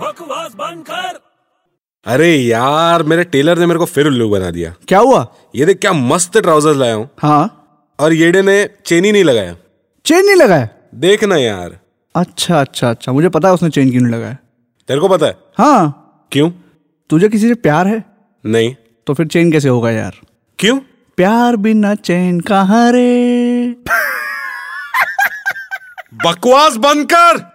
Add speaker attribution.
Speaker 1: बकवास बंद कर
Speaker 2: अरे यार मेरे टेलर ने मेरे को फिर उल्लू बना दिया
Speaker 3: क्या हुआ
Speaker 2: ये देख क्या मस्त ट्राउजर्स लाया हूँ
Speaker 3: हाँ
Speaker 2: और येडे ने चेन ही नहीं लगाया
Speaker 3: चेन नहीं लगाया
Speaker 2: देख ना यार
Speaker 3: अच्छा अच्छा अच्छा मुझे पता है उसने चेन क्यों नहीं लगाया
Speaker 2: तेरे को पता है
Speaker 3: हाँ
Speaker 2: क्यों
Speaker 3: तुझे किसी से प्यार है
Speaker 2: नहीं
Speaker 3: तो फिर चेन कैसे होगा यार
Speaker 2: क्यों
Speaker 3: प्यार बिना चैन कहाँ रे
Speaker 2: बकवास बंद कर